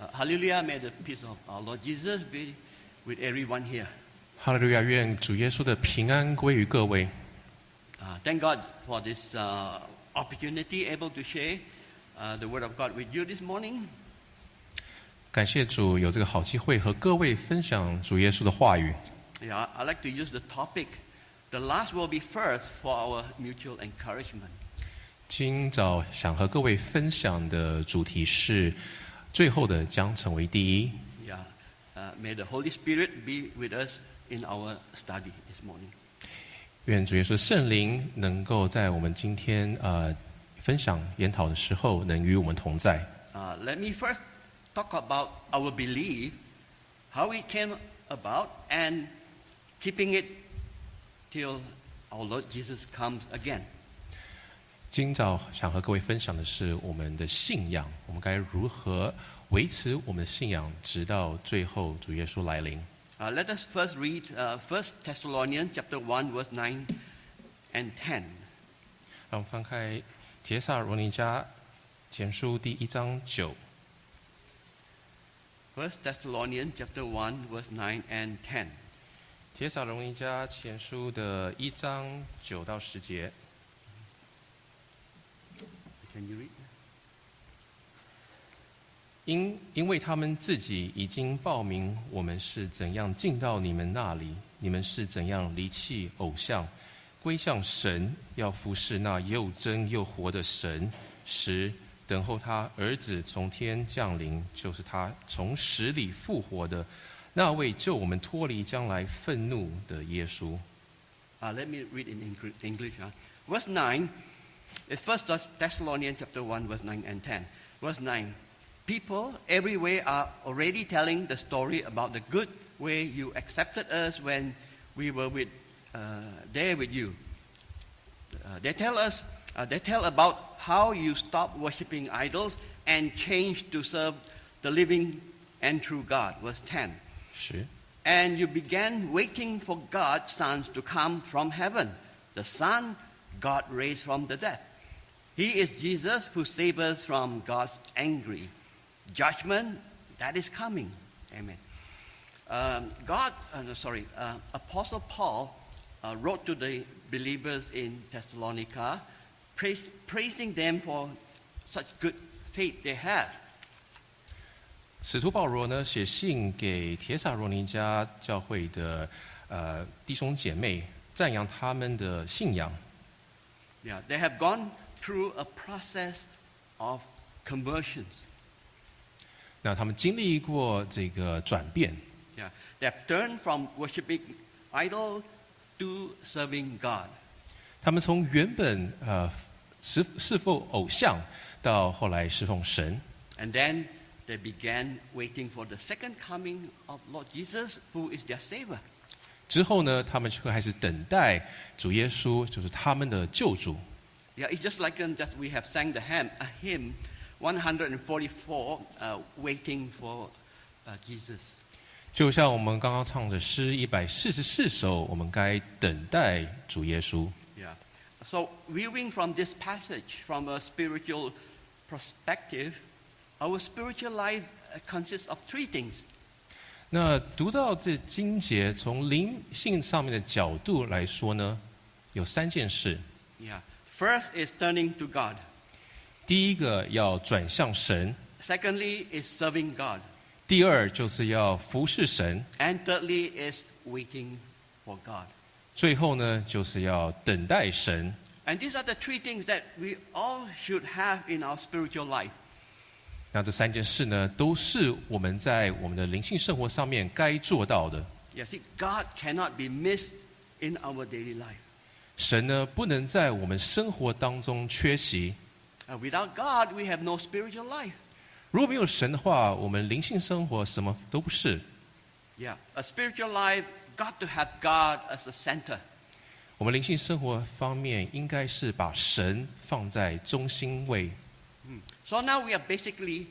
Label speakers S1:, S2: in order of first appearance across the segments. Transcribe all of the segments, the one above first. S1: Uh, hallelujah, may the peace of our Lord Jesus be with everyone here.
S2: 哈利路亚！愿主耶稣的平安归于各位。
S1: Uh, thank God for this uh, opportunity able to share uh, the Word of God with you this morning.
S2: 感谢主有这个好机会和各位分享主耶稣的话语。
S1: Yeah, I- I'd like to use the topic, the last will be first, for our mutual encouragement.
S2: 今早想和各位分享的主题是：最后的将成为第一。
S1: Yeah, uh, may the Holy Spirit be with us in our study this morning.
S2: 愿主耶稣圣灵能够在我们今天呃分享研讨的时候，能与我们同在。
S1: Uh, let me first talk about our belief, how it came about, and keeping it till our Lord Jesus comes again.
S2: 今早想和各位分享的是我们的信仰，我们该如何维持我们的信仰，直到最后主耶稣来临。
S1: Uh, let us first read uh, 1 Thessalonians chapter 1, verse 9 and 10.
S2: 让我们翻开《帖撒罗尼迦前书》第一章九，《
S1: 1 Thessalonians chapter 1, verse 9 and 10.
S2: 帖撒罗尼迦前书》的一章九到十节。
S1: Can you read?
S2: 因因为他们自己已经报名我们是怎样进到你们那里，你们是怎样离弃偶像，归向神，要服侍那又真又活的神，十等候他儿子从天降临，就是他从死里复活的那位救我们脱离将来愤怒的耶稣。
S1: Uh, let me read in Engr- English. Huh? Verse 9 is First Thess- Thessalonians chapter 1, verse 9 and 10. Verse 9 People everywhere are already telling the story about the good way you accepted us when we were with, uh, there with you. Uh, they tell us, uh, they tell about how you stopped worshipping idols and changed to serve the living and true God. Verse 10
S2: 十
S1: and you began waiting for God's sons to come from heaven, the Son God raised from the dead. He is Jesus who saves us from God's angry judgment that is coming. Amen. Um, God, uh, no, sorry, uh, Apostle Paul uh, wrote to the believers in Thessalonica, praise, praising them for such good faith they have.
S2: 使徒保罗呢写信给帖撒罗尼迦教会的呃弟兄姐妹，赞扬他们的信仰。
S1: Yeah, they have gone through a process of conversions.
S2: 那他们经历过这个转变，
S1: Yeah, they have turned from worshiping idol to serving God.
S2: 他们从原本呃侍侍奉偶像，到后来侍奉神，
S1: And then they began waiting for the second coming of Lord Jesus, who is their Savior.
S2: 之后呢，他们就开始等待主耶稣，就是他们的救主。
S1: Yeah, it's just like um, that we have sang the hymn, a hymn 144, uh, waiting for uh, Jesus.
S2: 就像我们刚刚唱的诗一百四十四首，我们该等待主耶稣。
S1: Yeah. So, viewing from this passage from a spiritual perspective, our spiritual life uh, consists of three things
S2: 那读到这经节，从灵性上面的角度来说呢，有三件事。
S1: Yeah. First is turning to God.
S2: 第一个要转向神，
S1: Secondly is serving God.
S2: 第二就是要服侍神，
S1: And thirdly is waiting for God.
S2: 最后呢就是要等待神。
S1: And these are the three things that we all should have in our spiritual life.
S2: 那这三件事呢，都是我们在我们的灵性生活上面该做到的。
S1: You see, God cannot be missed in our daily life.
S2: 神呢，不能在我们生活当中缺席。
S1: And without God, we have no spiritual life.
S2: 如果没有神的话，我们灵性生活什么都不是。
S1: Yeah, a spiritual life got to have God as a center.
S2: 我们灵性生活方面，应该是把神放在中心位。
S1: Hmm. So now we are basically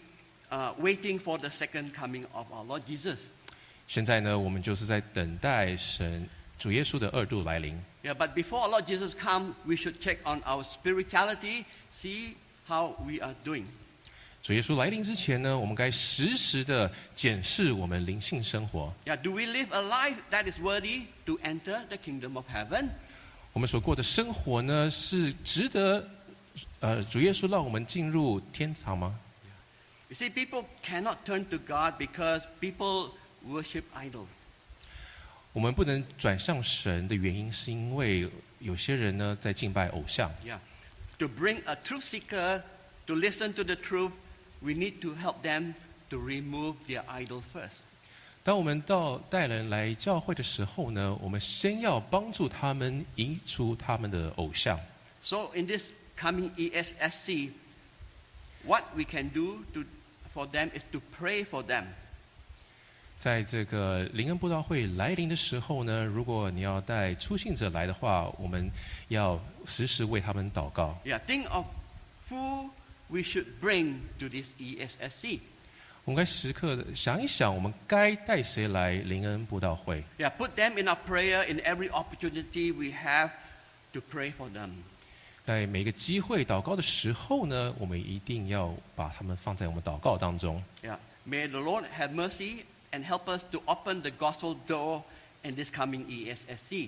S1: uh, waiting for the second coming of our Lord Jesus.
S2: 现在呢，我们就是在等待神主耶稣的二度来临。
S1: Yeah, but before our Lord Jesus come, we should check on our spirituality, see how we are doing.
S2: 主耶稣来临之前呢，我们该时时的检视我们灵性生活，
S1: Yeah, do we live a life that is worthy to enter the kingdom of heaven?
S2: 我们所过的生活呢，是值得呃主耶稣让我们进入天堂吗？
S1: You see, people cannot turn to God because people worship idols.
S2: 我们不能转向神的原因，是因为有些人呢在敬拜偶像。
S1: Yeah. To bring a truth seeker to listen to the truth, we need to help them to remove their idol first.
S2: 当我们到带人来教会的时候呢，我们先要帮助他们移除他们的偶像。
S1: So in this coming E ESSC, what we can do to, for them is to pray for them.
S2: 在这个灵恩布道会来临的时候呢，如果你要带出信者来的话，我们要时时为他们祷告。
S1: Yeah, think of who we should bring to this E ESSC.
S2: 我们该时刻地想一想，我们该带谁来灵恩布道会？
S1: Yeah, put them in our prayer in every opportunity we have to pray for them.
S2: 在每个机会祷告的时候呢，我们一定要把他们放在我们祷告当中。
S1: Yeah. May the Lord have mercy and help us to open the gospel door in this coming E ESSC.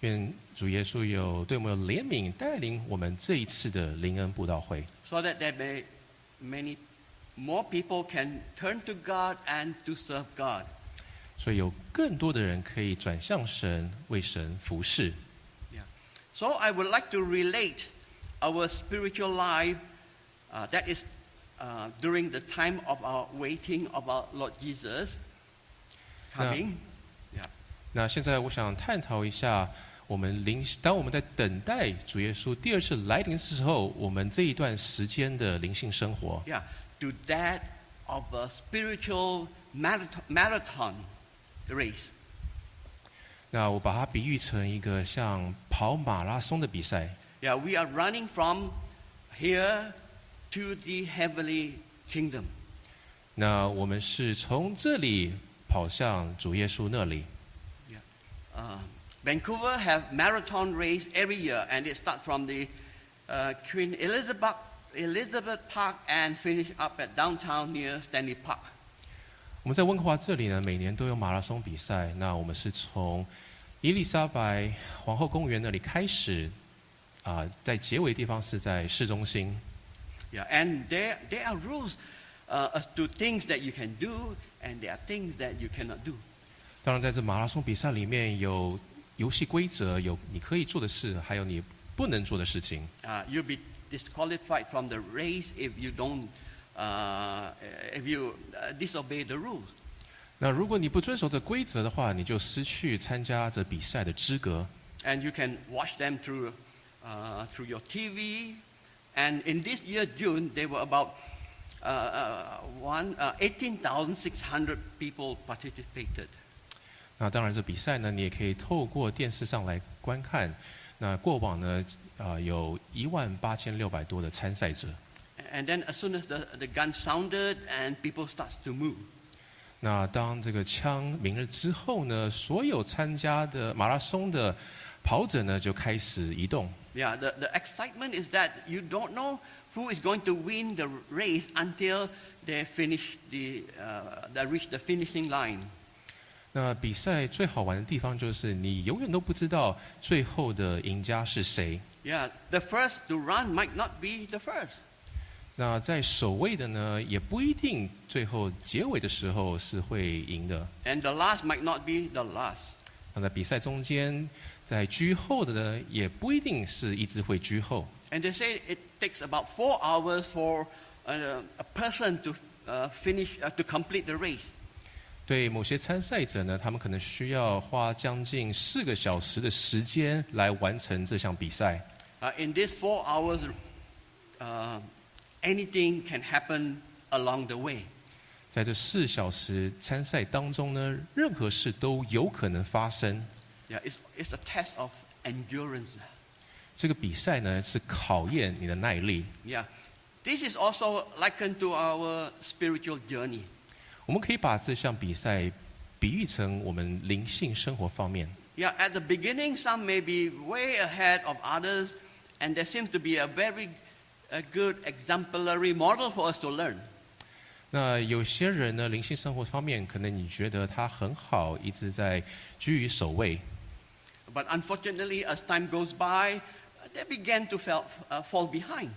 S2: 愿主耶稣有对我们有怜悯，带领我们这一次的灵恩布道会，
S1: so that there may many more people can turn to God and to serve God.
S2: 所以有更多的人可以转向神，为神服侍。
S1: Yeah. So I would like to relate our spiritual life uh, that is uh, during the time of our waiting of our Lord Jesus coming. Yeah.
S2: 那现在我想探讨一下，我们灵当我们在等待主耶稣第二次来临的时候，我们这一段时间的灵性生活，
S1: Yeah. To that of a spiritual marathon, marathon race.
S2: 那我把它比喻成一个像跑马拉松的比赛。
S1: Yeah, we are running from here to the heavenly kingdom.
S2: 那我们是从这里跑向主耶稣那里。
S1: Uh, Vancouver have marathon race every year, and it starts from the uh, Queen Elizabeth, Elizabeth Park and finish up at downtown near Stanley Park.
S2: 我们在温哥华这里呢，每年都有马拉松比赛。那我们是从伊丽莎白皇后公园那里开始，啊、在结尾地方是在市中心。
S1: Yeah, and there there are rules uh, as to things that you can do, and there are things that you cannot do.
S2: 当然，在这马拉松比赛里面有游戏规则，有你可以做的事，还有你不能做的事情。
S1: Uh, you'll be disqualified from the race if you don't uh, if you uh, disobey the rules.
S2: 那如果你不遵守这规则的话，你就失去参加这比赛的资格。
S1: and you can watch them through, uh, through your TV. And in this year, June, there were about uh, uh, one, uh, 18,600 people participated.
S2: 那当然，这比赛呢，你也可以透过电视上来观看。那过往呢，啊、有一万八千六百多的参赛者。
S1: And then as soon as the, the gun sounded and people starts to move,
S2: 那当这个枪鸣了之后呢，所有参加的马拉松的跑者呢就开始移动。
S1: yeah, the, the excitement is that you don't know who is going to win the race until they finish the, uh, they reach the finishing line.
S2: 那比赛最好玩的地方就是你永远都不知道最后的赢家是谁。
S1: Yeah, the first to run might not be the first.
S2: 那在首位的呢，也不一定最后结尾的时候是会赢的。
S1: And the last might not be the last.
S2: 那在比赛中间，在居后的呢，也不一定是一直会居后。
S1: And they say it takes about four hours for uh, a person to uh, finish, uh, to complete the race.
S2: 对某些参赛者呢，他们可能需要花将近四个小时的时间来完成这项比赛。
S1: Uh, in these four hours, uh, anything can happen along the way.
S2: 在这四小时参赛当中呢，任何事都有可能发生。
S1: Yeah, it's, it's a test of endurance.
S2: 这个比赛呢，是考验你的耐力。
S1: Yeah. This is also likened to our spiritual journey.
S2: 我们可以把这项比赛比喻成我们灵性生活方面。
S1: Yeah, at the beginning, some may be way ahead of others, and there seems to be a very a good exemplary model for us to learn.
S2: 那有些人呢，灵性生活方面，可能你觉得他很好，一直在居于首位，
S1: But unfortunately, as time goes by, they began to fell, uh, fall behind.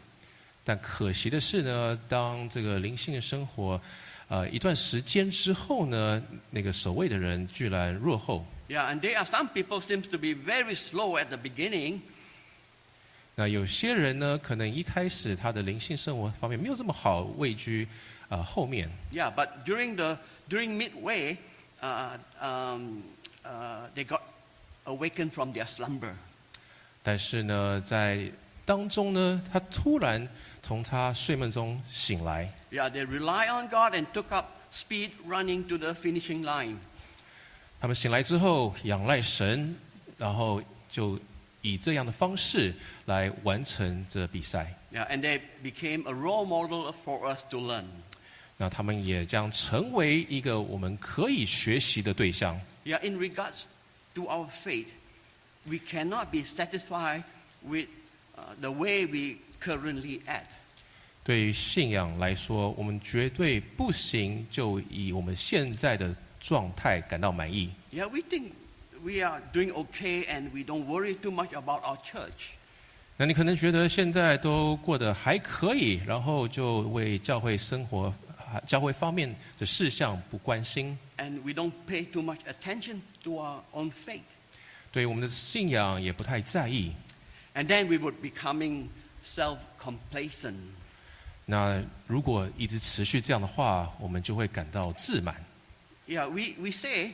S2: 但可惜的是呢，当这个灵性的生活，呃，一段时间之后呢，那个守卫的人居然落后。
S1: Yeah, and there are some people seems to be very slow at the beginning,
S2: 那有些人呢，可能一开始他的灵性生活方面没有这么好，位居呃后面。
S1: Yeah, but during the during midway, uh, um, uh, they got awakened from their slumber.
S2: 但是呢，在当中呢，他突然从他睡梦中醒来，
S1: Yeah, they rely on God and took up speed running to the finishing line.
S2: 他们醒来之后仰赖神，然后就以这样的方式来完成这比赛。
S1: Yeah, and they became a role model for us to learn.
S2: 那他们也将成为一个我们可以学习的对象。
S1: Yeah, in regards to our faith, we cannot be satisfied with uh, the way we currently at.
S2: 对于信仰来说，我们绝对不行就以我们现在的状态感到满意。
S1: Yeah, we think we are doing okay and we don't worry too much about our church.
S2: 那你可能觉得现在都过得还可以，然后就为教会生活、啊教会方面的事项不关心，
S1: and we don't pay too much attention to our own faith.
S2: 对我们的信仰也不太在意。
S1: And then we would becoming self-complacent.
S2: 那如果一直持续这样的话，我们就会感到自满。
S1: Yeah, we, we say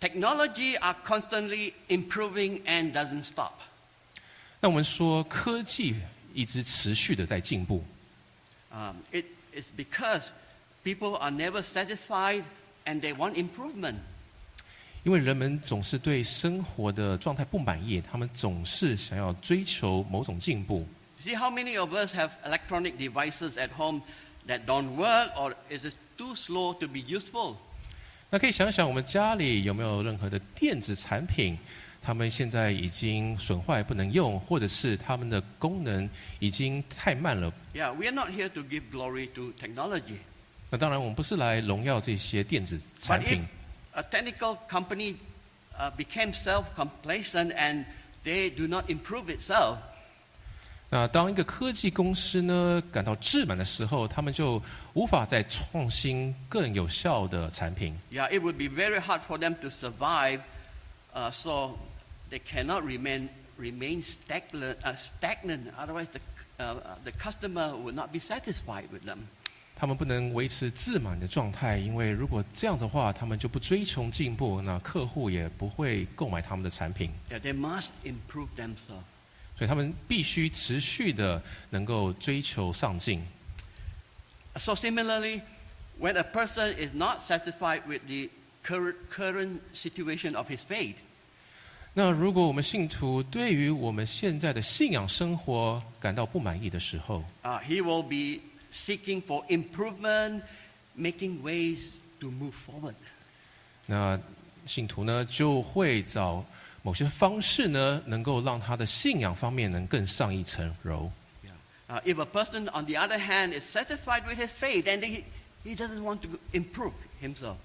S1: technology are constantly improving and doesn't stop.
S2: 那我们说科技一直持续的在进步，
S1: Um, it is because people are never satisfied and they want improvement.
S2: 因为人们总是对生活的状态不满意，他们总是想要追求某种进步。
S1: See how many of us have electronic devices at home that don't work or is it too slow to be useful?
S2: 那可以想想我们家里有没有任何的电子产品，他们现在已经损坏不能用，或者是他们的功能已经太慢了。
S1: Yeah, we are not here to give glory to technology.
S2: 那当然，我们不是来荣耀这些电子产
S1: But if
S2: 品。
S1: a technical company uh, became self-complacent and they do not improve itself,
S2: 那当一个科技公司呢感到自满的时候，他们就无法再创新更有效的产品。
S1: yeah, it would be very hard for them to survive. Uh, so they cannot remain remain stagnant. Uh, stagnant. Otherwise, the uh, uh, the customer would not be satisfied with them.
S2: 他们不能维持自满的状态，因为如果这样的话，他们就不追求进步，那客户也不会购买他们的产品，
S1: Yeah, they must improve themselves.
S2: 所以他们必须持续的能够追求上进。
S1: So similarly, when a person is not satisfied with the current current situation of his faith.
S2: 那如果我们信徒对于我们现在的信仰生活感到不满意的时候，
S1: Uh, he will be seeking for improvement, making ways to move forward.
S2: 那信徒呢就会找某些方式呢，能够让他的信仰方面能更上一层楼。
S1: Uh, if a person, on the other hand, is satisfied with his faith and he, he doesn't want to improve himself,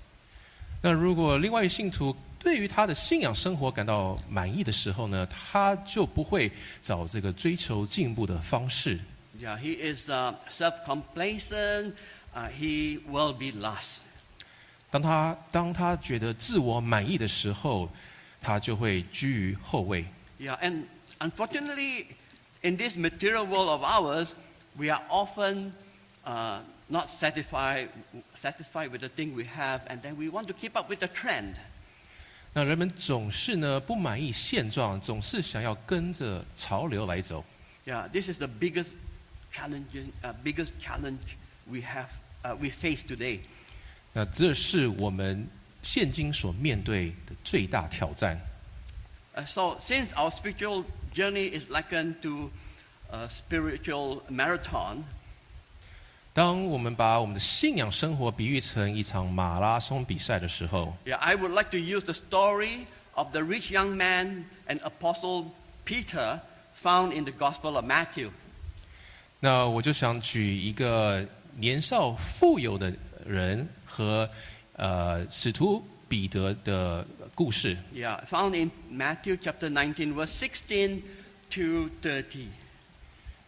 S2: 那如果另外一信徒对于他的信仰生活感到满意的时候呢，他就不会找这个追求进步的方式。
S1: yeah, he is uh, self complacent, uh, he will be lost.
S2: 当他当他觉得自我满意的时候，他就会居于后位。
S1: Yeah, and unfortunately, in this material world of ours, we are often uh, not satisfied, satisfied with the thing we have, and then we want to keep up with the trend.
S2: 那人们总是呢不满意现状，总是想要跟着潮流来走。
S1: Yeah, this is the biggest challenging, uh, biggest challenge we have, uh, we face today.
S2: 那这是我们现今所面对的最大挑战。
S1: Uh, so, since our spiritual journey is likened to a spiritual marathon,
S2: 当我们把我们的信仰生活比喻成一场马拉松比赛的时候，
S1: yeah, I would like to use the story of the rich young man and apostle Peter found in the Gospel of Matthew.
S2: 那我就想举一个年少富有的人和呃使徒彼得的故事，
S1: Yeah, found in Matthew chapter 19, verse 16 to 30.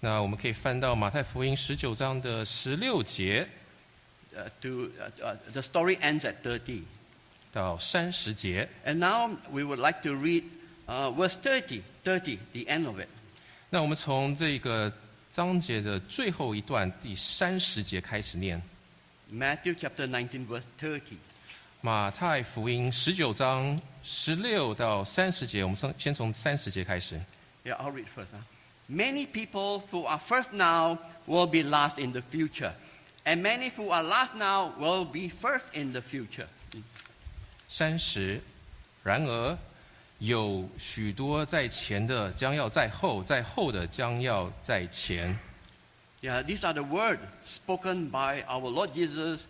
S2: 那我们可以翻到马太福音十九章的十六节
S1: Uh, to, uh, uh, the story ends at 30.
S2: 到三十节。
S1: And now we would like to read uh, verse 30, 30, the end of it.
S2: 那我们从这个章节的最后一段第三十节开始念，
S1: Matthew chapter 19, verse 30.
S2: 马太福音十九章十六到三十节，我们先先从三十节开始。
S1: Yeah, I'll read first. Huh? Many people who are first now will be last in the future, and many who are last now will be first in the future.
S2: 三十，然而有许多在前的将要在后，在后的将要在前。
S1: Yeah, these are the words spoken by our Lord Jesus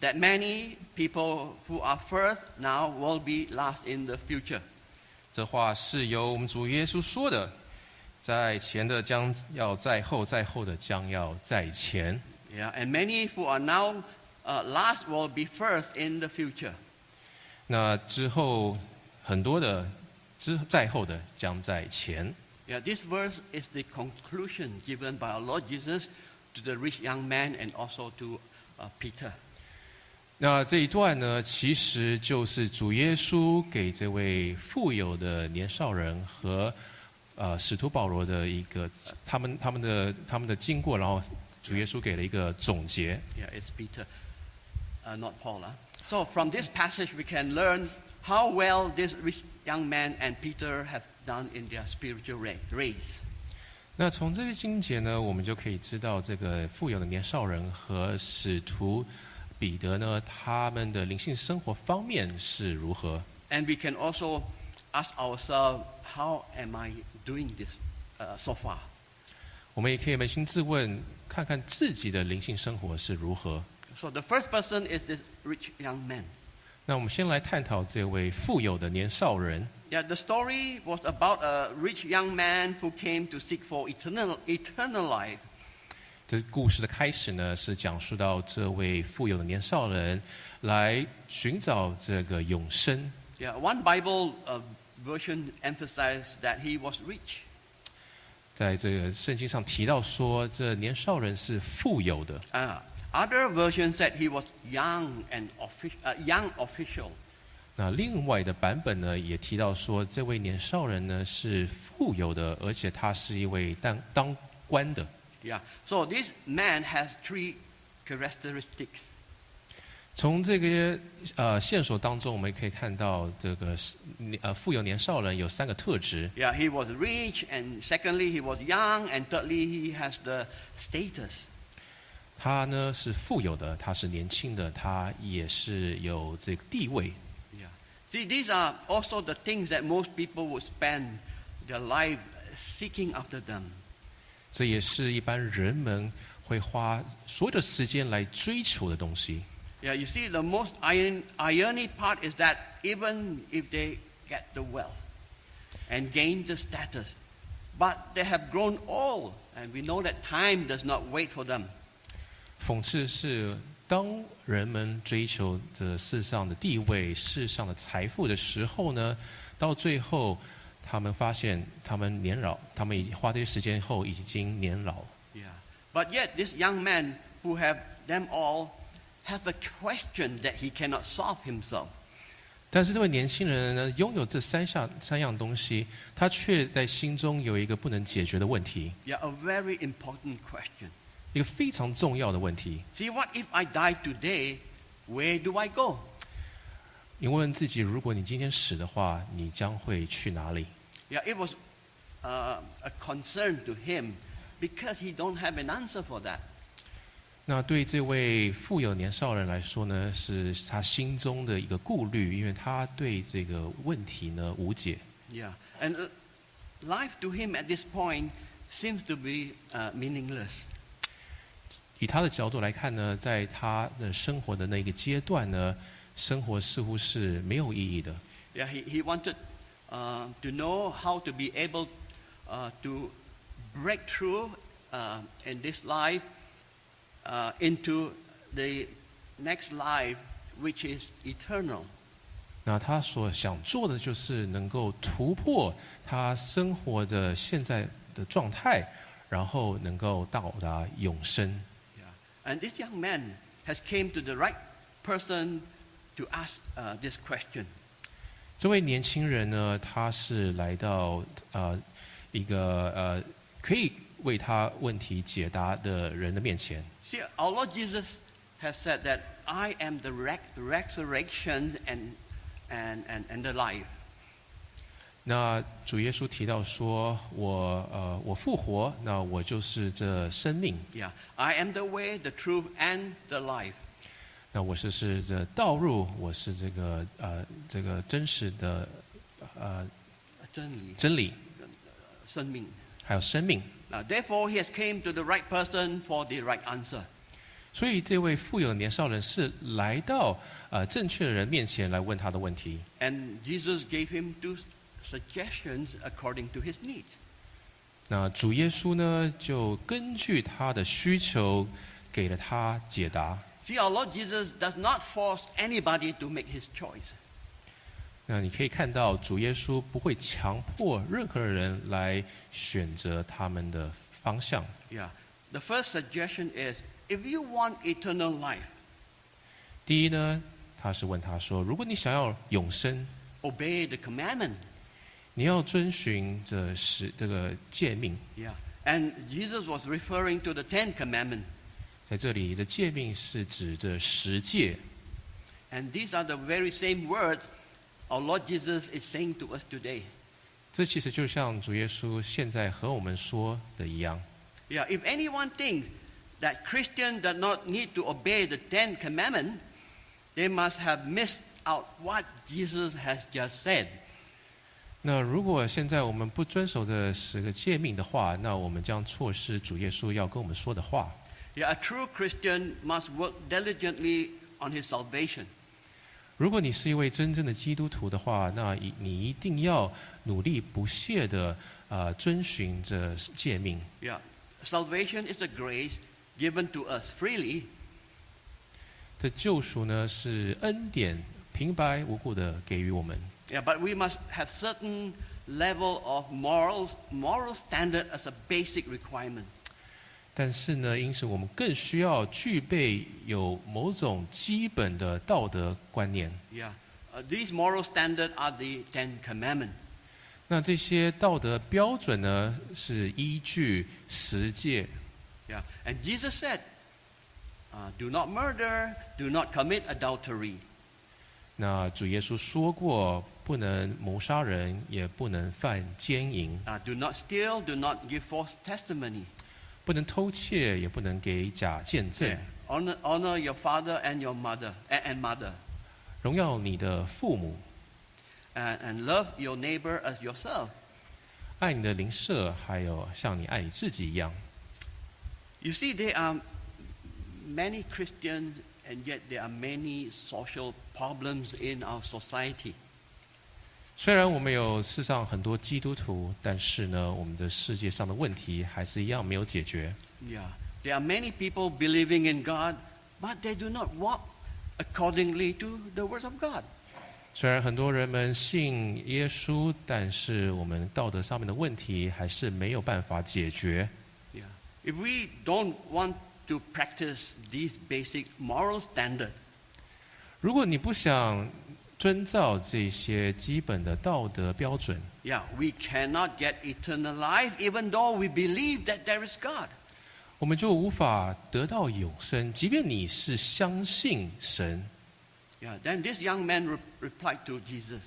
S1: that many people who are first now will be last in the future.
S2: 这话是由我们主耶稣说的，在前的将要在后，在后的将要在前。
S1: Yeah, and many who are now uh, last will be first in the future.
S2: 那之后很多的之在后的将在前。
S1: Yeah, this verse is the conclusion given by our Lord Jesus to the rich young man and also to uh, Peter.
S2: 那这一段呢，其实就是主耶稣给这位富有的年少人和呃使徒保罗的一个他们他们的他们的经过，然后主耶稣给了一个总结。
S1: Yeah, it's Peter, uh, not Paul. huh? So from this passage, we can learn how well this rich young man and Peter have done in their spiritual ra- race.
S2: 那从这些经节呢，我们就可以知道，这个富有的年少人和使徒彼得呢，他们的灵性生活方面是如何。
S1: And we can also ask ourselves, how am I doing this uh, so far?
S2: 我们也可以扪心自问，看看自己的灵性生活是如何。
S1: So the first person is this rich young man.
S2: 那我们先来探讨这位富有的年少人。
S1: Yeah, the story was about a rich young man who came to seek for eternal, eternal life.
S2: 这故事的开始呢，是讲述到这位富有的年少人来寻找这个永生。
S1: Yeah, one Bible uh, version emphasized that he was rich.
S2: 在这个圣经上提到说，这年少人是富有的。
S1: Uh, other versions said he was young and offic- uh, young official.
S2: 那另外的版本呢，也提到说，这位年少人呢是富有的，而且他是一位当当官的。
S1: Yeah. So this man has three characteristics.
S2: 从这个呃线索当中，我们可以看到这个呃富有年少人有三个特质。
S1: Yeah, he was rich, and secondly, he was young, and thirdly, he has the status.
S2: 他呢是富有的，他是年轻的，他也是有这个地位。
S1: Yeah. See, these are also the things that most people would spend their life seeking after them.
S2: 这也是一般人们会花所有的时间来追求的东西。
S1: Yeah, you see, the most iron, irony part is that even if they get the wealth and gain the status, but they have grown old, and we know that time does not wait for them.
S2: 讽刺是，当人们追求着世上的地位、世上的财富的时候呢，到最后，他们发现他们年老，他们已经花这些时间后已经年老。
S1: Yeah. But yet, this young man who have them all has a question that he cannot solve himself.
S2: 但是这位年轻人呢，拥有这三项三样东西，他却在心中有一个不能解决的问题，
S1: Yeah, a very important question.
S2: 一个非常重要的问题。
S1: See, what if I die today? Where do I go?
S2: 你问问自己，如果你今天死的话，你将会去哪里？
S1: Yeah, it was uh, a concern to him because he don't have an answer for that.
S2: 那对这位富有年少人来说呢，是他心中的一个顾虑，因为他对这个问题呢无解。
S1: Yeah, and uh, life to him at this point seems to be uh, meaningless.
S2: 以他的角度来看呢，在他的生活的那个阶段呢，生活似乎是没有意义的。
S1: Yeah, he, he wanted um, uh, to know how to be able uh, to break through uh, in this life uh, into the next life, which is eternal.
S2: 那他所想做的就是能够突破他生活的现在的状态，然后能够到达永生。
S1: Yeah. And this young man has came to the right person to ask uh, this question.
S2: 这位年轻人呢，他是来到呃一个呃可以为他问题解答的人的面前。
S1: See, our Lord Jesus has said that I am the rec- resurrection and, and, and, and the life.
S2: 那主耶稣提到说：“我呃，我复活，那我就是这生命，
S1: Yeah. I am the way, the truth, and the life.
S2: 那我是是这道路，我是这个呃这个真实的呃真理，
S1: 真理，生命。
S2: 还有生命。
S1: Now, therefore, he has came to the right person for the right answer.
S2: 所以这位富有的年少人是来到呃正确的人面前来问他的问题。
S1: And Jesus gave him two suggestions according to his needs.
S2: 那主耶稣呢，就根据他的需求给了他解答。
S1: See, our Lord Jesus does not force anybody to make his choice.
S2: 那你可以看到，主耶稣不会强迫任何人来选择他们的方向。
S1: Yeah. The first suggestion is if you want eternal life,
S2: 第一呢，他是问他说：“如果你想要永生，
S1: obey the commandment.
S2: 你要遵循这十这个诫命。
S1: Yeah. And Jesus was referring to the Ten Commandments. ”
S2: 在这里，这诫命是指这十诫，
S1: And these are the very same words our Lord Jesus is saying to us today.
S2: 这其实就像主耶稣现在和我们说的一样。
S1: Yeah, if anyone thinks that Christians do not need to obey the Ten Commandments, they must have missed out what Jesus has just said.
S2: 那如果现在我们不遵守这十个诫命的话，那我们将错失主耶稣要跟我们说的话。
S1: Yeah, a true Christian must work diligently on his salvation.
S2: 如果你是一位真正的基督徒的话，那一你一定要努力不懈的呃遵循这诫命。
S1: Yeah, salvation is a grace given to us freely,
S2: 这救赎呢是恩典平白无故的给予我们，
S1: yeah, but we must have certain level of morals, moral standard as a basic requirement.
S2: 但是呢，因此我们更需要具备有某种基本的道德观念。
S1: Yeah, uh, these moral standards are the Ten Commandments.
S2: 那这些道德标准呢，是依据实践
S1: Yeah. And Jesus said, uh, do not murder, do not commit adultery.
S2: 那主耶稣说过，不能谋杀人，也不能犯奸淫，
S1: Uh, do not steal, do not give false testimony.
S2: 不能偷窃，也不能给假见证
S1: Yeah.。Honor, honor your father and your mother a- and mother.
S2: 荣耀你的父母，
S1: And, uh, and love your neighbor as yourself.
S2: 爱你的邻舍，还有像你爱你自己一样。
S1: You see, there are many Christians and yet there are many social problems in our society.
S2: 虽然我们有世上很多基督徒，但是呢，我们的世界上的问题还是一样没有解决。
S1: Yeah. There are many people believing in God, but they do not walk accordingly to the words of God.
S2: 虽然很多人们信耶稣，但是我们道德上面的问题还是没有办法解决。
S1: Yeah. If we don't want to practice these basic moral standards,
S2: 如果你不想遵照这些基本的道德标准，
S1: yeah, we cannot get eternal life even though we believe that there is God.
S2: 我们就无法得到永生。即便你是相信神，
S1: Yeah, then this young man re- replied to Jesus,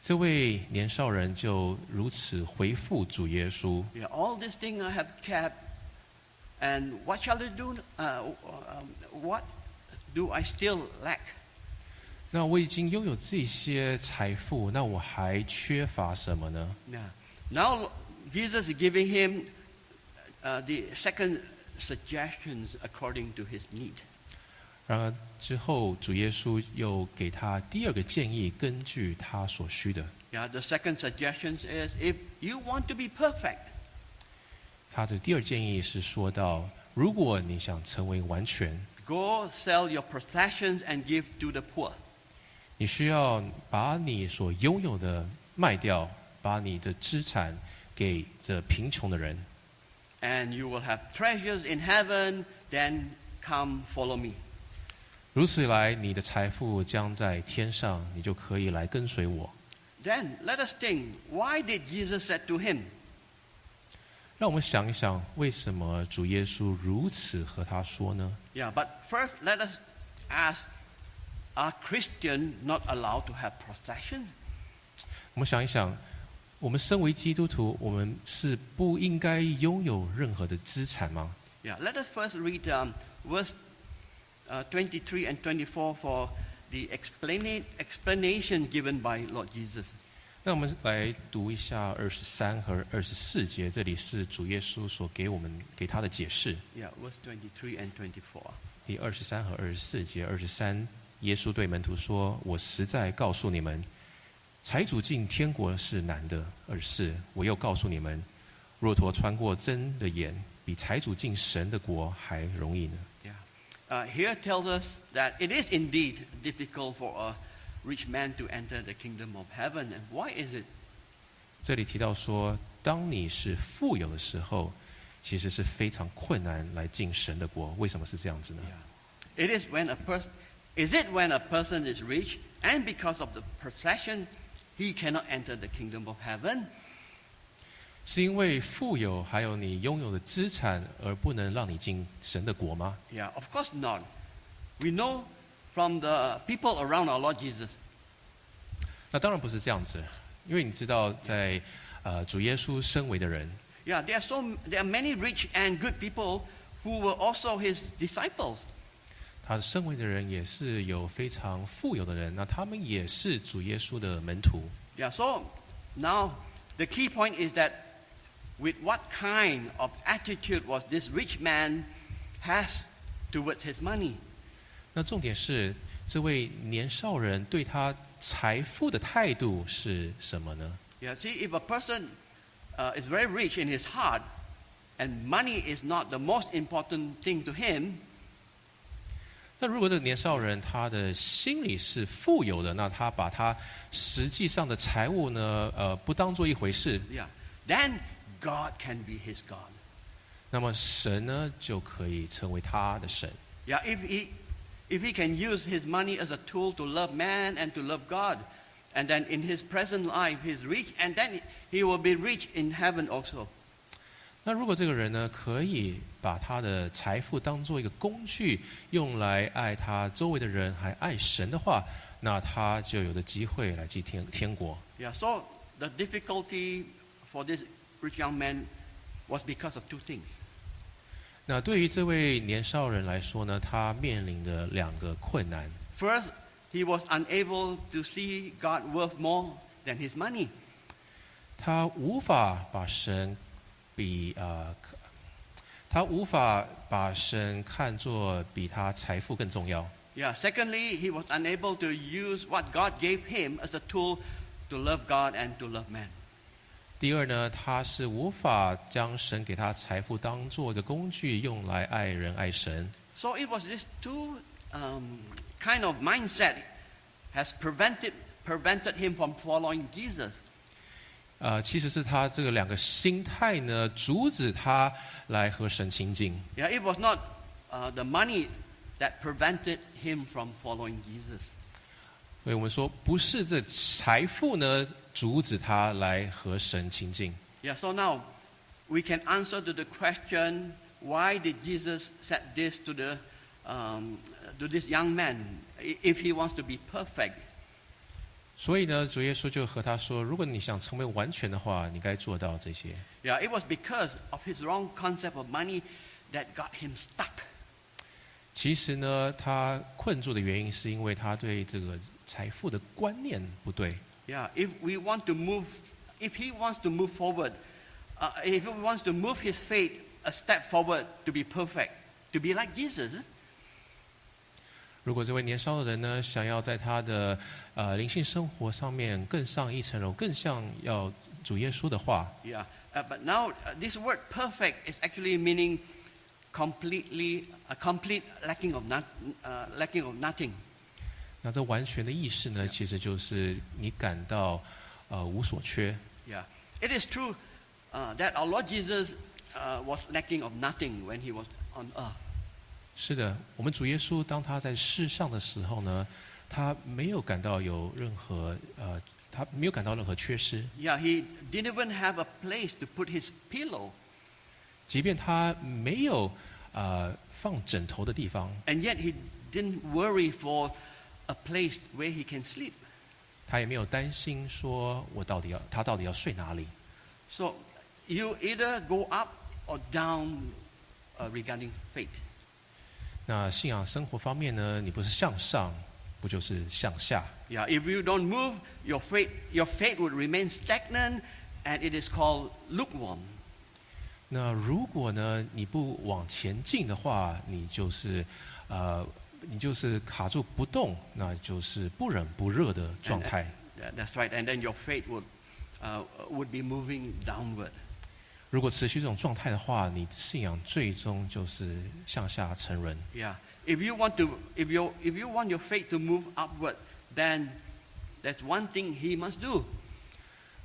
S2: 这位年少人就如此回复主耶稣
S1: yeah, all these things I have kept, and what shall I do? Uh, um, what do I still lack?：“
S2: 那我已经拥有这些财富，那我还缺乏什么呢
S1: Yeah. Now Jesus is giving him uh, the second suggestions according to his need.？”
S2: 然而之后，主耶稣又给他第二个建议，根据他所需的。
S1: Yeah, the second suggestion is if you want to be perfect,
S2: 他的第二建议是说到，如果你想成为完全，
S1: Go sell your possessions and give to the poor.
S2: 你需要把你所拥有的卖掉，把你的资产给这贫穷的人，
S1: and you will have treasures in heaven, then come follow me.
S2: 如此一来，你的财富将在天上，你就可以来跟随我。
S1: Then let us think, why did Jesus said to him,
S2: 让我们想一想，为什么主耶稣如此和他说呢？
S1: Yeah, but first let us ask, are Christians not allowed to have possessions?
S2: 我们想一想，我们身为基督徒，我们是不应该拥有任何的资产吗？
S1: Yeah, let us first read um, verse uh, 23 and 24 for the explana- explanation given by Lord Jesus.
S2: 那我们来读一下二十三和二十四节，这里是主耶稣所给我们给他的解释。
S1: Yeah, verse 23 and 24.
S2: 第二十三和二十四节，二十三，耶稣对门徒说：“我实在告诉你们，财主进天国是难的。”二十四，我又告诉你们，骆驼穿过针的眼，比财主进神的国还容易呢。
S1: Yeah. Uh, here tells us that it is indeed difficult for a rich man to enter the kingdom of heaven. And why is it?
S2: 这里提到说，当你是富有的时候，其实是非常困难来进神的国。为什么是这样子呢？
S1: It is when a person is it when a person is rich and because of the possession he cannot enter the kingdom of heaven?
S2: 是因为富有还有你拥有的资产而不能让你进神的国吗？
S1: Yeah, of course not. We know from the people around our Lord Jesus.
S2: 那当然不是这样子，因为你知道在，呃主耶稣身为的人，
S1: Yeah, there are so there are many rich and good people who were also his disciples.
S2: 他身为的人也是有非常富有的人，那他们也是主耶稣的门徒。
S1: Yeah, so now the key point is that with what kind of attitude was this rich man has towards his money?
S2: 那重点是这位年少人对他财富的态度是什么呢？
S1: Yeah, see, if a person uh, is very rich in his heart and money is not the most important thing to him,
S2: 那如果这年少人他的心里是富有的，那他把他实际上的财物呢，呃，不当做一回事，
S1: yeah, then God can be his God.
S2: 那么神呢就可以成为他的神。
S1: Yeah, if he, if he can use his money as a tool to love man and to love God, and then in his present life he's rich, and then he will be rich in heaven also.
S2: 那如果这个人呢，可以把他的财富当做一个工具，用来爱他周围的人，还爱神的话，那他就有的机会来进天天国。
S1: Yeah, so the difficulty for this rich young man was because of two things.
S2: 那对于这位年少人来说呢，他面临的两个困难，
S1: First, he was unable to see God worth more than his money.
S2: 他无法把神比呃，可他无法把神看作比他财富更重要。
S1: Yeah, secondly, he was unable to use what God gave him as a tool to love God and to love man.
S2: 第二呢，他是无法将神给他财富当做一个工具，用来爱人爱神。
S1: So it was these two um, kind of mindset has prevented, prevented him from following Jesus.
S2: 呃，其实是他这个两个心态呢，阻止他来和神亲近。
S1: Yeah, it was not uh, the money that prevented him from following Jesus.
S2: 所以我们说，不是这财富呢阻止他来和神亲近。
S1: Yeah, so now we can answer to the question why did Jesus said this to the um, to this young man i- if he wants to be perfect?
S2: 所以呢，主耶稣就和他说：“如果你想成为完全的话，你该做到这些。
S1: Yeah, it was because of his wrong concept of money that got him stuck. ”
S2: 其实呢，他困住的原因是因为他对这个财富的观念不对。
S1: Yeah, if we want to move, if he wants to move forward, uh, if he wants to move his faith a step forward to be perfect, to be like Jesus,
S2: 如果这位年少的人呢，想要在他的呃灵性生活上面更上一层楼，更像要主耶稣的话，
S1: yeah, Uh, but now, uh, this word perfect is actually meaning completely, a complete lacking of, not, uh, lacking of nothing.
S2: 那这完全的意识呢，其实就是你感到呃无所缺。
S1: Yeah. It is true uh, that our Lord Jesus uh, was lacking of nothing when he was on earth.
S2: 是的，我们主耶稣当他在世上的时候呢，他没有感到有任何呃，他没有感到任何缺失。
S1: Yeah, he didn't even have a place to put his pillow,
S2: 即便他没有呃放枕头的地方，
S1: and yet he didn't worry for a place where he can sleep.
S2: 他也没有担心说我到底要他到底要睡哪里。
S1: So you either go up or down uh, regarding faith.
S2: 那信仰生活方面呢，你不是向上，不就是向下？
S1: Yeah, if you don't move, your faith, your faith would remain stagnant, and it is called lukewarm.
S2: 那如果呢你不往前进的话，你就是呃你就是卡住不动，那就是不冷不热的状
S1: And-
S2: 态。
S1: Yeah, that's right, and then your faith would, uh, would be moving downward.
S2: 如果持续这种状态的话，你信仰最终就是向下沉沦。
S1: Yeah. If you want to, if you if you want your faith to move upward, then that's one thing he must do.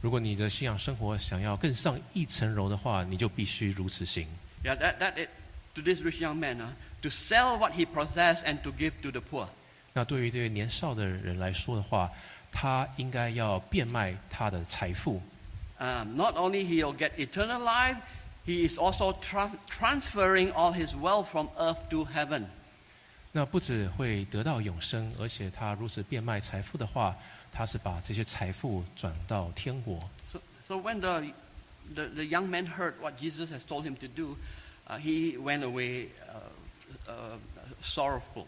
S2: 如果你的信仰生活想要更上一层楼的话，你就必须如此行。
S1: Yeah, that that it, to this rich young man, huh, to sell what he possessed and to give to the poor.
S2: 那对于这个年少的人来说的话，他应该要变卖他的财富，
S1: Um, not only he'll get eternal life, he is also tra- transferring all his wealth from earth to heaven.
S2: 那不只会得到永生，而且他如此变卖财富的话，他是把这些财富转到天国。
S1: So, so when the, the the young man heard what Jesus has told him to do, uh, he went away uh, uh, sorrowful.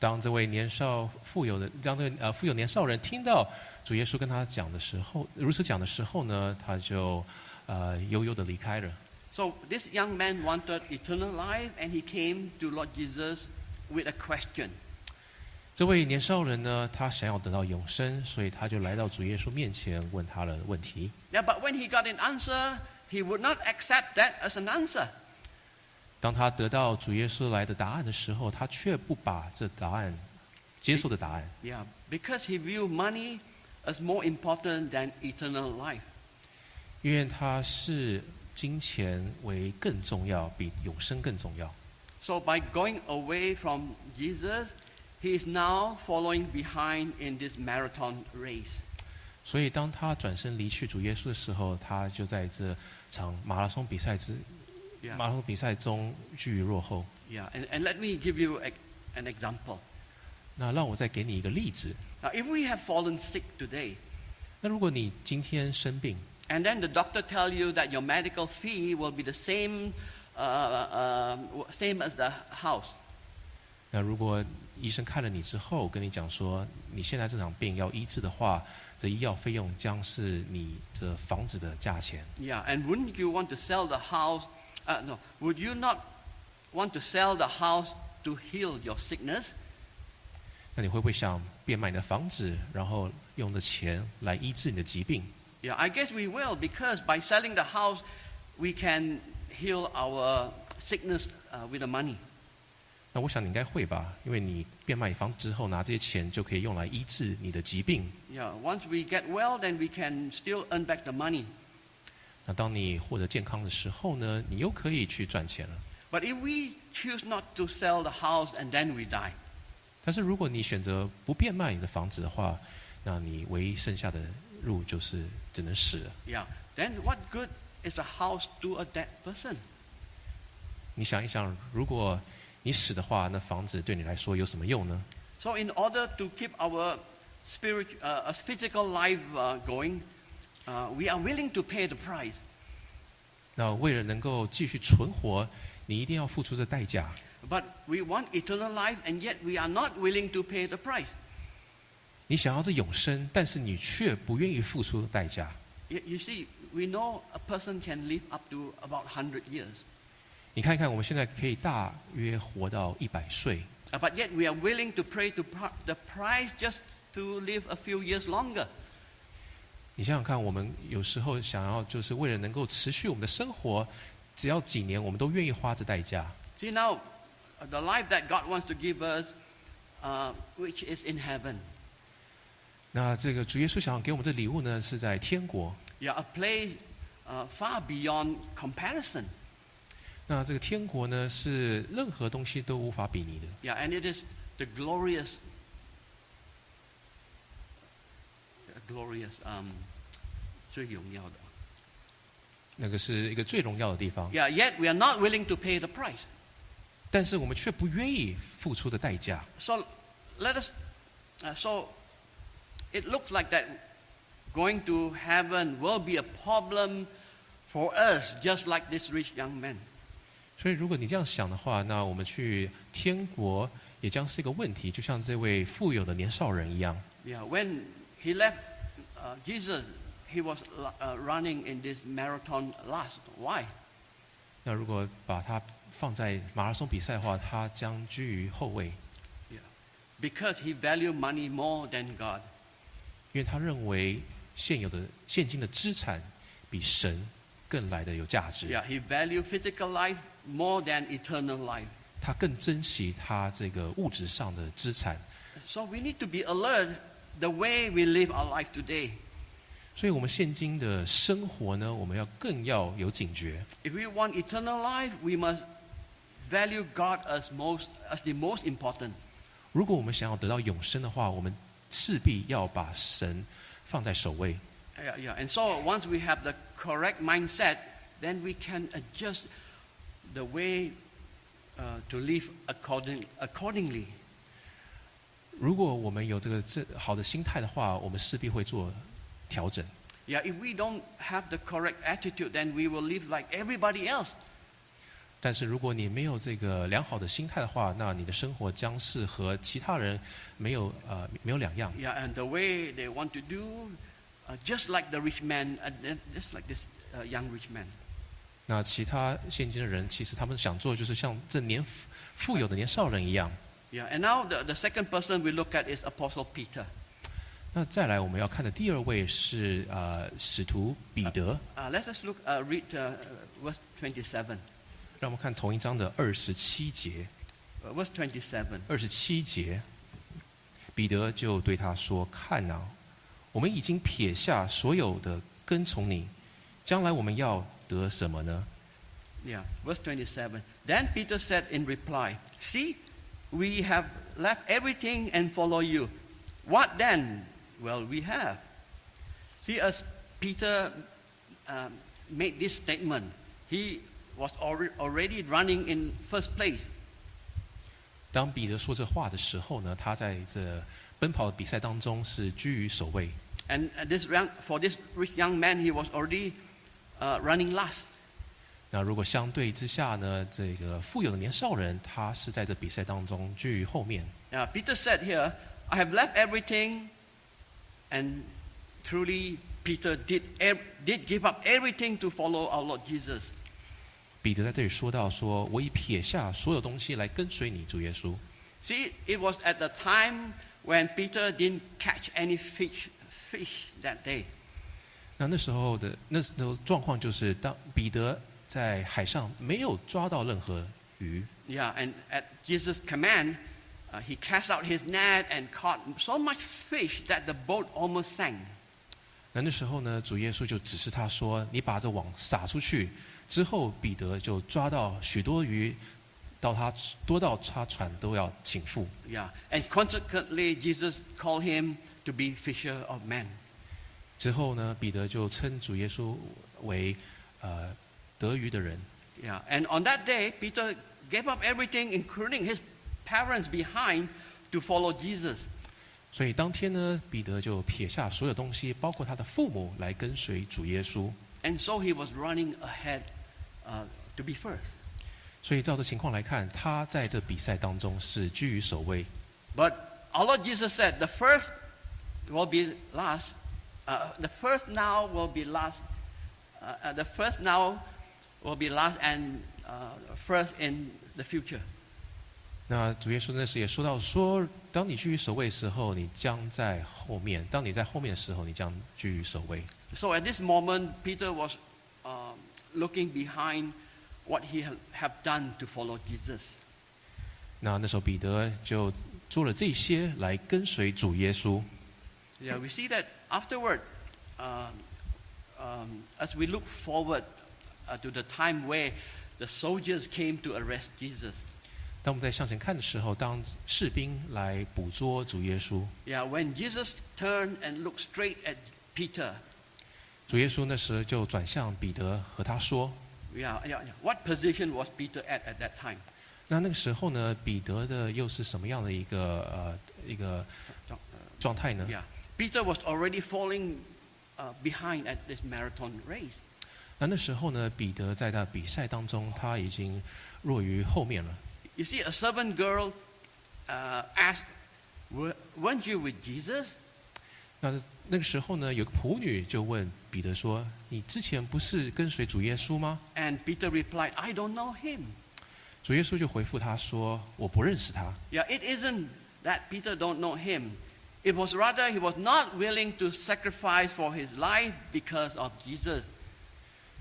S2: 当这位年少富有的，当这位呃富有年少人听到主耶稣跟他讲的时候，如此讲的时候呢，他就呃悠悠的离开了。
S1: So this young man wanted eternal life, and he came to Lord Jesus with a question.
S2: 这位年少人呢，他想要得到永生，所以他就来到主耶稣面前问他的问题。
S1: Yeah, but when he got an answer, he would not accept that as an answer.
S2: 当他得到主耶稣来的答案的时候，他却不把这答案接受的答案，
S1: Yeah, because he viewed money as more important than eternal life.
S2: 因为他视金钱为更重要，比永生更重要。
S1: So by going away from Jesus, he is now following behind in this marathon race.
S2: 所以，当他转身离去主耶稣的时候，他就在这场马拉松比赛之
S1: Yeah,
S2: 马拉松比赛中居于落后。
S1: yeah. And, and let me give you a, an example.
S2: 那让我再给你一个例子。
S1: Now, if we have fallen sick today,
S2: 那如果你今天生病，
S1: And then the doctor tell you that your medical fee will be the same, uh, uh, w- same as the house.
S2: 那如果医生看了你之后跟你讲说，你现在这场病要医治的话，这医药费用将是你的房子的价钱。
S1: Yeah, and wouldn't you want to sell the house? Uh, no, would you not want to sell the house to heal your sickness?
S2: 那你会不会想变卖你的房子，然后用的钱来医治你的疾病？
S1: Yeah, I guess we will because by selling the house, we can heal our sickness uh, with the money.
S2: 那我想你应该会吧，因为你变卖房子之后，拿这些钱就可以用来医治你的疾病。
S1: Yeah, once we get well, then we can still earn back the money.
S2: 那当你获得健康的时候呢，你又可以去赚钱了。
S1: But if we choose not to sell the house and then we die,
S2: 但是如果你选择不变卖你的房子的话，那你唯一剩下的路就是只能死了。
S1: Yeah. Then what good is a house to a dead person?
S2: 你想一想，如果你死的话，那房子对你来说有什么用呢？
S1: So in order to keep our spirit, uh, uh, physical life uh, going, uh, we are willing to pay the price.
S2: 那为了能够继续存活，你一定要付出这代价。
S1: But we want eternal life, and yet we are not willing to pay the price.
S2: 你想要这永生，但是你却不愿意付出代价。
S1: You, you see, we know a person can live up to about 100 years,
S2: 你看一看，我们现在可以大约活到一百岁，
S1: uh, but yet we are willing to pay to pri- the price just to live a few years longer.
S2: 你想想看，我们有时候想要就是为了能够持续我们的生活，只要几年，我们都愿意花这代价。
S1: See now, uh, the life that God wants to give us, uh, which is in heaven,
S2: 那这个主耶稣想要给我们的礼物呢，是在天国。
S1: yeah, a place uh, far beyond comparison.
S2: 那这个天国呢，是任何东西都无法比拟的。
S1: Yeah, and it is the glorious, the glorious, um, 最荣耀的。
S2: 那个是一个最荣耀的地方，
S1: Yeah, yet we are not willing to pay the price.
S2: 但是我们却不愿意付出的代价。
S1: So let us, uh, so it looks like that going to heaven will be a problem for us, just like this rich young man.
S2: 所以，如果你这样想的话，那我们去天国也将是一个问题，就像这位富有的年少人一样。
S1: Yeah, when he left uh, Jesus, he was uh, running in this marathon last. Why?
S2: 那如果把他放在马拉松比赛的话，他将居于后位，因
S1: Yeah. Because he valued money more than God.
S2: 为他认为现有的现今的资产比神更来的有价值。
S1: Yeah, he valued physical life more than eternal life.
S2: 他更珍惜他这个物质上的资产，
S1: So we need to be alert the way we live our life today.
S2: 所以我们现今的生活呢，我们要更要有警觉。
S1: If we want eternal life, we must value God as most as the most important.
S2: 如果我们想要得到永生的话，我们势必要把神放在首位。
S1: Yeah, yeah. And so once we have the correct mindset, then we can adjust the way uh, to live according, accordingly.
S2: 如果我们有这个这好的心态的话，我们势必会做调整。
S1: Yeah, if we don't have the correct attitude, then we will live like everybody else.
S2: 但是如果你没有这个良好的心态的话，那你的生活将是和其他人没有呃没有两样。
S1: Yeah, and the way they want to do, uh, just like the rich man, uh, then just like this uh, young rich man.
S2: 那其他现今的人，其实他们想做就是像这年富富有的年少人一样。
S1: Yeah, and now the, the second person we look at is Apostle Peter.
S2: 那再来，我们要看的第二位是呃使徒彼得。
S1: Uh, let us look, uh, read uh, verse 27.
S2: 让我们看同一章的二十七节。
S1: Uh, verse 27.
S2: 二十七节，彼得就对他说：“看啊，我们已经撇下所有的跟从你，将来我们要得什么呢
S1: Yeah, verse 27. Then Peter said in reply, See, we have left everything and follow you. What then? Well, we have. See, as Peter um, made this statement, he was alre- already running in first place.？”
S2: 当彼得说这话的时候呢，他在这奔跑的比赛当中是居于首位。
S1: And uh, this young, for this rich young man, he was already uh, running last.
S2: 那如果相对之下呢，这个富有的年少人，他是在这比赛当中居于后面。
S1: Now, Peter said here, I have left everything, and truly, Peter did, ev- did give up everything to follow our Lord Jesus.
S2: 彼得在这里说到说：“我已撇下所有东西来跟随你，主耶稣。”
S1: See, it was at the time when Peter didn't catch any fish, fish that day.
S2: 那那时候的那时候状况就是，当彼得在海上没有抓到任何鱼，
S1: Yeah, and at Jesus' command, uh, he cast out his net and caught so much fish that the boat almost sank.
S2: 那那时候呢，主耶稣就指示他说：“你把这网撒出去。”之后，彼得就抓到许多鱼，到他多到他船都要倾覆。
S1: Yeah, and consequently, Jesus called him to be fisher of men.
S2: 之后呢，彼得就称主耶稣为呃得鱼的人。
S1: Yeah, and on that day, Peter gave up everything, including his parents behind, to follow Jesus.
S2: 所以当天呢，彼得就撇下所有东西，包括他的父母，来跟随主耶稣。
S1: And so he was running ahead uh, to be first.
S2: 所以照这情况来看，他在这比赛当中是居于首位。
S1: But our Lord Jesus said, the first will be last. Uh, the first now will be last. Uh, uh, the first now will be last and uh, first in the future.
S2: 那主耶稣那时也说到说，当你居于首位的时候，你将在后面；当你在后面的时候，你将居于首位。
S1: So at this moment, Peter was um, looking behind what he ha- had done to follow Jesus.
S2: 那那时候彼得就做了这些来跟随主耶稣。
S1: Yeah, we see that afterward, um, um, as we look forward uh, to the time where the soldiers came to arrest Jesus.
S2: 当我们在向前看的时候，当士兵来捕捉主耶稣，
S1: Yeah, when Jesus turned and looked straight at Peter,
S2: 主耶稣那时就转向彼得和他说：“
S1: yeah, yeah, yeah. what position was Peter at at that time?
S2: 那那个时候呢，彼得的又是什么样的一个呃一个状态呢？
S1: uh, Yeah, Peter was already falling uh, behind at this marathon race.
S2: 那那时候呢，彼得在他比赛当中，他已经落于后面了。
S1: You see, a servant girl uh, asked, "Wer- weren't you with Jesus?
S2: 那那个时候呢，有个仆女就问彼得说：‘你之前不是跟随主耶稣吗
S1: And Peter replied, I don't know him.？’
S2: 主耶稣就回复他说：‘我不认识他。
S1: Yeah, it isn't that Peter don't know him. It was rather he was not willing to sacrifice for his life because of Jesus. ’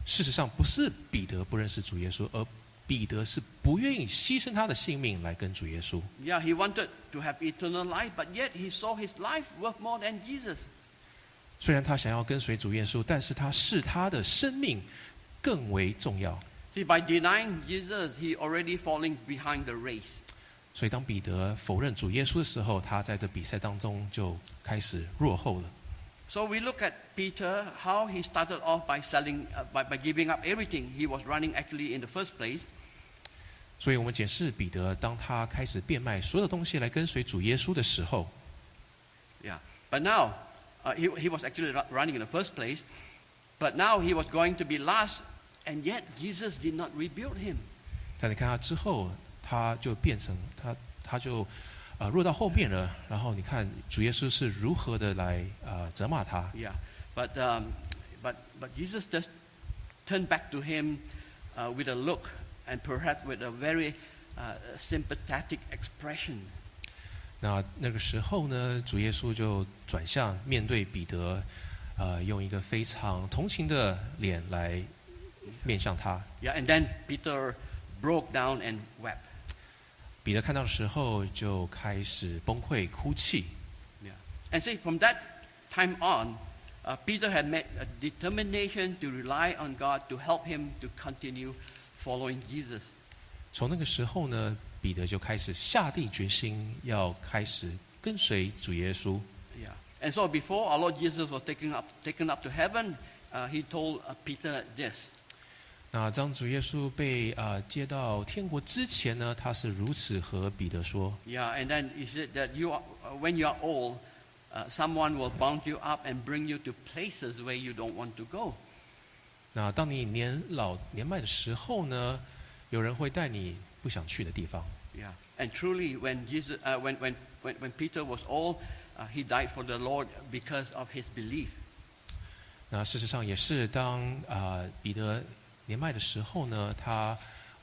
S2: 事实上，不是彼得不认识主耶稣，而彼得是不愿意牺牲他的性命来跟主耶稣。
S1: Yeah, he wanted to have eternal life, but yet he saw his life worth more than Jesus.
S2: 虽然他想要跟随主耶稣，但是他视他的生命更为重要。
S1: See, by denying Jesus, he already falling behind the race.
S2: 所以，当彼得否认主耶稣的时候，他在这比赛当中就开始落后了。
S1: So we look at Peter, how he started off by selling, uh, by, by giving up everything he was running actually in the first place.
S2: 所以我们解释彼得，当他开始变卖所有的东西来跟随主耶稣的时候，
S1: Yeah. But now, uh, he, he was actually ru- running in the first place. But now he was going to be last, and yet Jesus did not rebuild him.
S2: 但你看他之后，他就变成他，他就呃落到后面了。然后你看主耶稣是如何的来呃责骂他，
S1: Yeah. But, um, but, but Jesus just turned back to him uh, with a look and perhaps with a very uh, sympathetic expression.
S2: 那那个时候呢，主耶稣就转向面对彼得，呃，用一个非常同情的脸来面向他。
S1: Yeah. And then Peter broke down and wept.
S2: 彼得看到的时候就开始崩溃哭泣。
S1: Yeah. And see, from that time on, uh, Peter had made a determination to rely on God to help him to continue following Jesus.
S2: 从那个时候呢，彼得就开始下定决心要开始跟随主耶稣。
S1: Yeah. And so before our Lord Jesus was taken up, taken up to heaven, uh, he told uh, Peter this.
S2: 那当主耶稣被呃接到天国之前呢，他是如此和彼得说
S1: Yeah, and then he said that you are, uh, when you are old, uh, someone will bound you up and bring you to places where you don't want to go.：“
S2: 那当你年老年迈的时候呢，有人会带你不想去的地方。”
S1: Yeah. And truly, when, Jesus, uh, when, when, when, when Peter was old, uh, he died for the Lord because of his belief.
S2: 那事实上也是当啊、呃彼得年迈的时候呢，他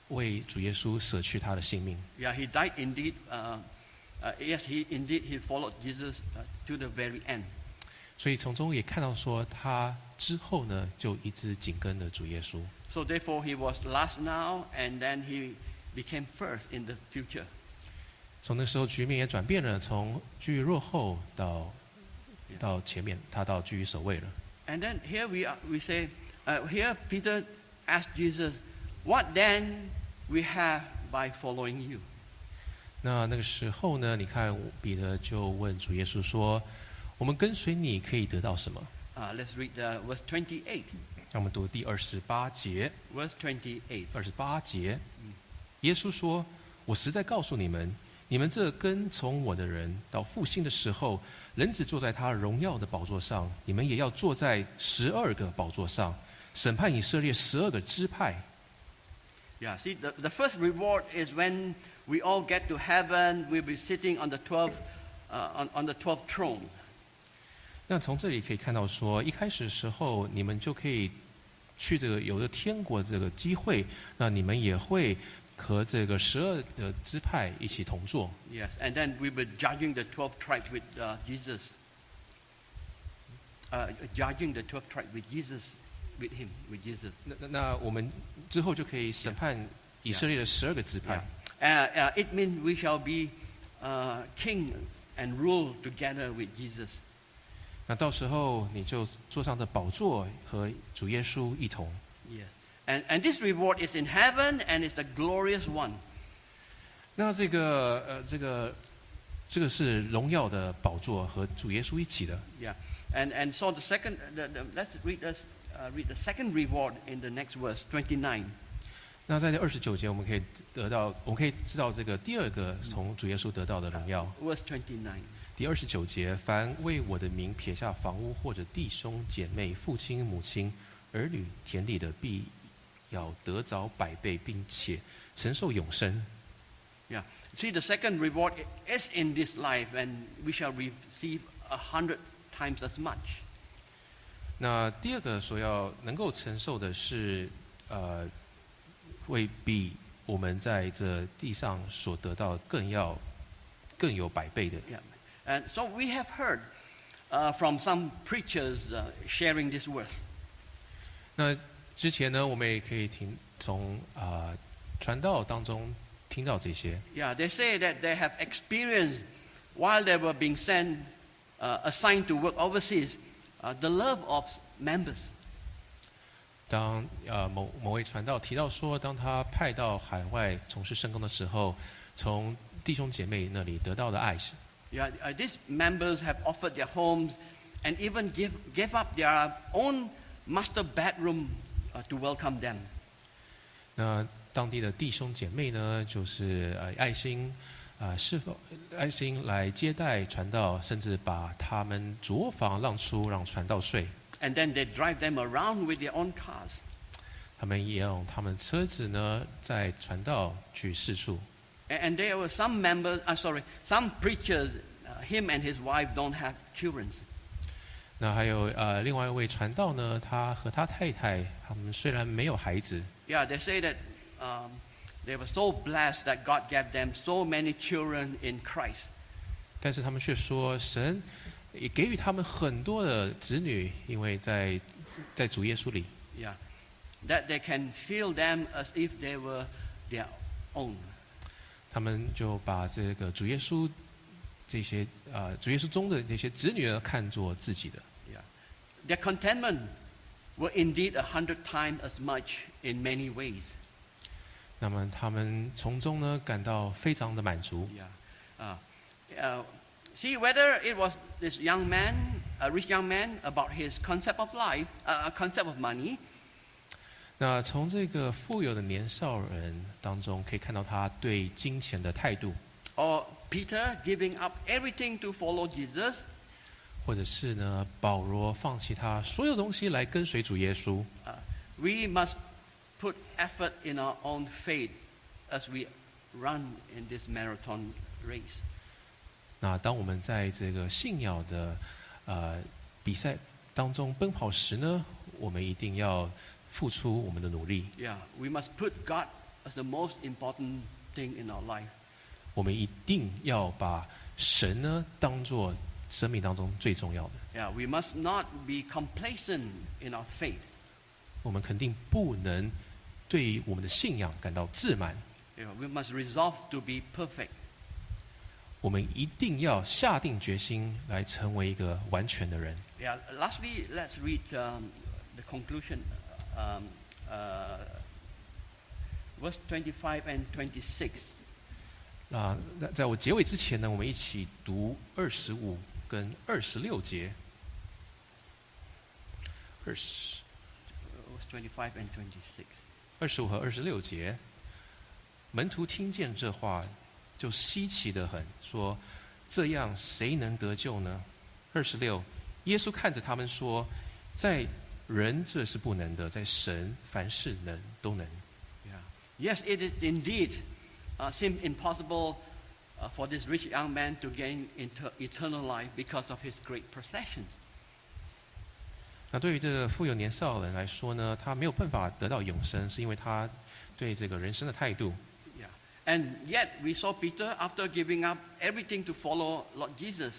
S2: 为主耶稣舍去他的性命。
S1: Yeah, he died indeed. Uh, uh, yes, he indeed he followed Jesus uh, to the very end.
S2: 所以从中也看到说，他之后呢就一直紧跟着主耶稣。
S1: So therefore, he was last now, and then he became first in the future.
S2: 从那时候局面也转变了，从居于落后到
S1: Yeah.
S2: 到前面，他到居于首位了。
S1: And then here we are, we say, uh, here Peter asked Jesus, "What then we have by following you?"
S2: 那那个时候呢，你看彼得就问主耶稣说：“我们跟随你可以得到什么
S1: Uh, let's read uh, verse 28.
S2: 让我们读第二十八节。
S1: Verse 28.
S2: 二十八节，耶稣说：“我实在告诉你们，你们这跟从我的人，到复兴的时候，人子坐在他荣耀的宝座上，你们也要坐在十二个宝座上，审判以色列十二个支派。
S1: Yeah, see, the, the first reward is when we all get to heaven, we'll be sitting on the 12th, uh, on, on the 12th throne. ”
S2: 那从这里可以看到说，一开始的时候，你们就可以去这个有了天国这个机会，那你们也会和这个十二的支派一起同坐。
S1: Yes, and then we were judging the 12 tribes with uh, Jesus. Uh, judging the 12 tribes with Jesus, with him, with Jesus.
S2: 那那那我们之后就可以审判以色列的十二个支派。
S1: Uh, uh, it means we shall be uh, king and rule together with Jesus.
S2: 那到时候你就坐上这宝座，和主耶稣一同。
S1: Yes. And, and this reward is in heaven and it's a glorious one.
S2: 那这个呃，这个这个是荣耀的宝座，和主耶稣一起的。
S1: Yeah. And, and so the second, the, the, let's read, us, uh, read the second reward in the next verse, 29.
S2: 那在这二十九节，我们可以得到，我们可以知道这个第二个从主耶稣得到的荣耀。
S1: Verse 29.
S2: 第二十九节，凡为我的名撇下房屋或者弟兄姐妹、父亲母亲、儿女、田地的，必要呃得着百倍，并且承受永生。
S1: Yeah. See, the second reward i- is in this life, and we shall receive a hundred times as much.
S2: 那第二个所要能够承受的是，呃，会比我们在这地上所得到更要更有百倍的。
S1: Yeah. And so we have heard uh, from some preachers uh, sharing this verse.
S2: 那之前呢，我们也可以听从啊、呃传道当中听到这些。
S1: Yeah, they say that they have experienced while they were being sent, uh, assigned to work overseas, uh, the love of s- members.
S2: 当呃某某位传道提到说，当他派到海外从事圣工的时候，从弟兄姐妹那里得到的爱是
S1: Yeah, uh, these members have offered their homes and even give, gave up their own master bedroom uh, to welcome them.
S2: 那当地的弟兄姐妹呢，就是呃爱心，啊、是否爱心来接待传道，甚至把他们主卧房让出让传道睡，
S1: And then they drive them around with their own cars.
S2: 他们也用他们车子呢在传道去四处。
S1: A- And there were some members, I'm sorry, some preachers, uh, him and his wife don't have children.
S2: 那还有呃另外一位传道呢，他和他太太他们虽然没有孩子，
S1: Yeah, they say that um, they were so blessed that God gave them so many children in Christ.
S2: 但是他们却说神也给予他们很多的子女，因为在在主耶稣里，
S1: Yeah, that they can feel them as if they were their own.
S2: 他们就把这个主耶稣这些呃主耶稣中的那些子女呢看作自己的。
S1: Yeah, their contentment were indeed a hundred times as much in many ways.
S2: 那么他们从中呢感到非常的满足。
S1: Yeah. Uh, uh, see, whether it was this young man, a rich young man, about his concept of life, uh, uh, concept of money,
S2: 那从这个富有的年少人当中，可以看到他对金钱的态度，
S1: or Peter giving up everything to follow Jesus,
S2: 或者是呢保罗放弃他所有东西来跟随主耶稣。
S1: uh, we must put effort in our own faith as we run in this marathon race.
S2: 那当我们在这个信仰的呃比赛当中奔跑时呢，我们一定要付出我们的努力，
S1: Yeah, we must put God as the most important thing in our life.
S2: 我们一定要把神呢当做生命当中最重要的。
S1: Yeah, we must not be complacent in our faith.
S2: 我们肯定不能对于我们的信仰感到自满，
S1: Yeah, we must resolve to be perfect.
S2: 我们一定要下定决心来成为一个完全的人。
S1: Yeah, lastly, let's read um, the conclusion. Um, uh, verse 25 and 26.
S2: 那啊那在我结尾之前呢，我们一起读二十五跟二十六节。二十。
S1: uh, Verse 25 and 26.
S2: 二十五和二十六节，门徒听见这话，就稀奇的很，说：“这样谁能得救呢？”二十六，耶稣看着他们说：“在人这是不能的，在神凡事能都能。
S1: Yeah. Yes, it is indeed uh, seemed impossible uh, for this rich young man to gain inter- eternal life because of his great possessions. ”
S2: 那对于这个富有年少人来说呢，他没有办法得到永生，是因为他对这个人生的态度。
S1: And yet we saw Peter after giving up everything to follow Lord Jesus.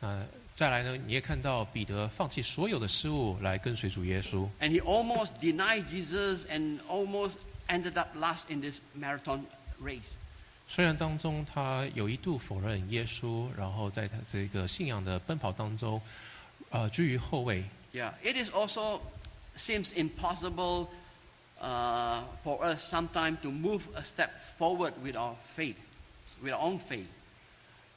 S2: 那呃再来呢，你也看到彼得放弃所有的事物来跟随主耶稣，
S1: And he almost denied Jesus and almost ended up last in this marathon race.
S2: 虽然当中他有一度否认耶稣，然后在他这个信仰的奔跑当中，呃，居于后位。
S1: Yeah, it is also seems impossible uh, for us sometimes to move a step forward with our faith, with our own faith.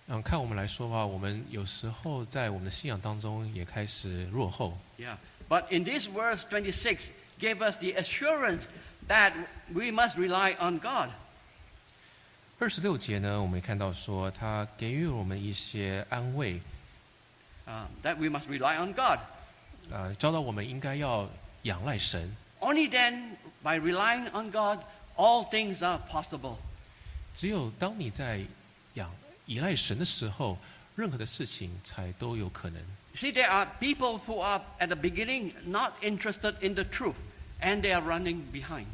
S2: 嗯，看我们来说吧，我们有时候在我们的信仰当中也开始落后。
S1: Yeah, but in this verse 26 gave us the assurance that we must rely on God.
S2: 二十六节呢，我们看到说他给予我们一些安慰，
S1: uh, that we must rely on God.
S2: 啊、教导我们应该要仰赖神。
S1: Only then, by relying on God, all things are possible.
S2: 只有当你在仰依赖神的时候，任何的事情才都有可能。
S1: See, there are people who are at the beginning not interested in the truth, and they are running behind.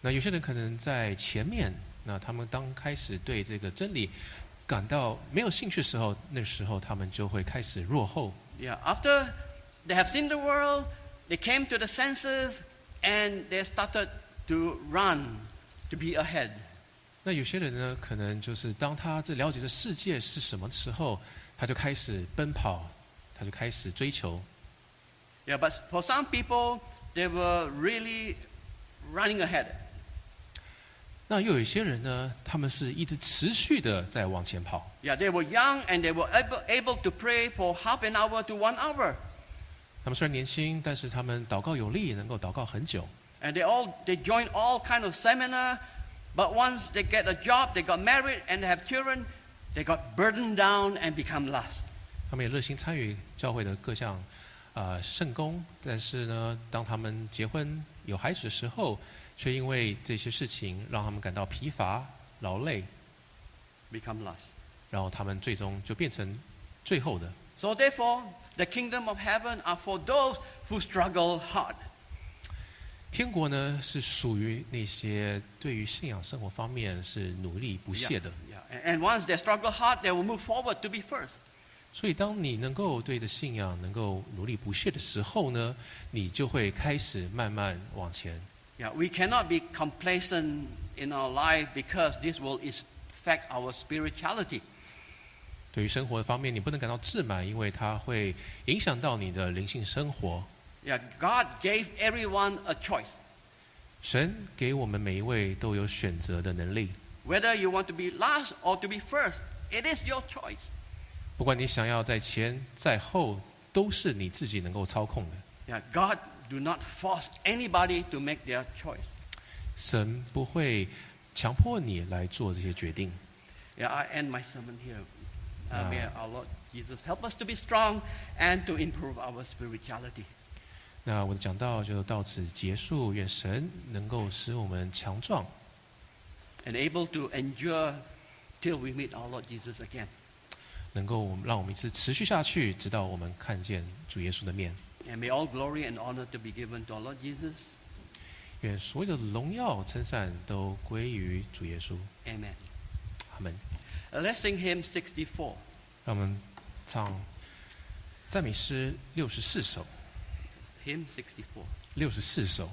S2: 那有些人可能在前面，那他们当开始对这个真理感到没有兴趣的时候，那时候他们就会开始落后。
S1: Yeah, after they have seen the world, they came to the senses, and they started to run to be ahead.
S2: 那有些人呢，可能就是当他这了解这世界是什么的时候，他就开始奔跑，他就开始追求。
S1: Yeah, but for some people, they were really running ahead.
S2: 那又有一些人呢，他们是一直持续的在往前跑。
S1: Yeah, they were young and they were able, able to pray for half an hour to one hour.
S2: 他们虽然年轻，但是他们祷告有力，能够祷告很久。
S1: and they all they join all kind of seminar but once they get a job they got married and they have children they got burdened down and become lust
S2: 他们也热心参与教会的各项啊、呃圣功，但是呢，当他们结婚有孩子的时候，却因为这些事情让他们感到疲乏、劳累，
S1: become lust
S2: 然后他们最终就变成最后的。
S1: so therefore the kingdom of heaven are for those who struggle hard
S2: 天国呢是属于那些对于信仰生活方面是努力不懈的，
S1: yeah. And, and once they struggle hard they will move forward to be first
S2: 所以当你能够对着信仰能够努力不懈的时候呢，你就会开始慢慢往前。
S1: yeah, we cannot be complacent in our life because this will is- affect our spirituality
S2: 对于生活方面，你不能感到自满，因为它会影响到你的灵性生活。
S1: yeah, god gave everyone a choice
S2: 神给我们每一位都有选择的能力，
S1: Whether you want to be last or to be first, it is your choice.
S2: 不管你想要在前在后，都是你自己能够操控的。
S1: Yeah, God do not force anybody to make their choice.
S2: 神不会强迫你来做这些决定。
S1: Yeah, I end my sermon here. Uh,
S2: Ah.
S1: may our Lord Jesus help us to be strong and to improve our spirituality.
S2: 那我的讲道就到此结束，愿神能够使我们强壮，
S1: and able to endure till we meet our Lord Jesus again.
S2: 能够我们让我们一直持续下去，直到我们看见主耶稣的面。
S1: And may all glory and honor to be given to our Lord Jesus.
S2: 愿所有的荣耀称赞都归于主耶稣。
S1: Amen.
S2: 阿门。
S1: Uh, Let's sing hymn 64.
S2: 让我们唱赞美诗六十四首，
S1: Hymn 64.
S2: 六十四首。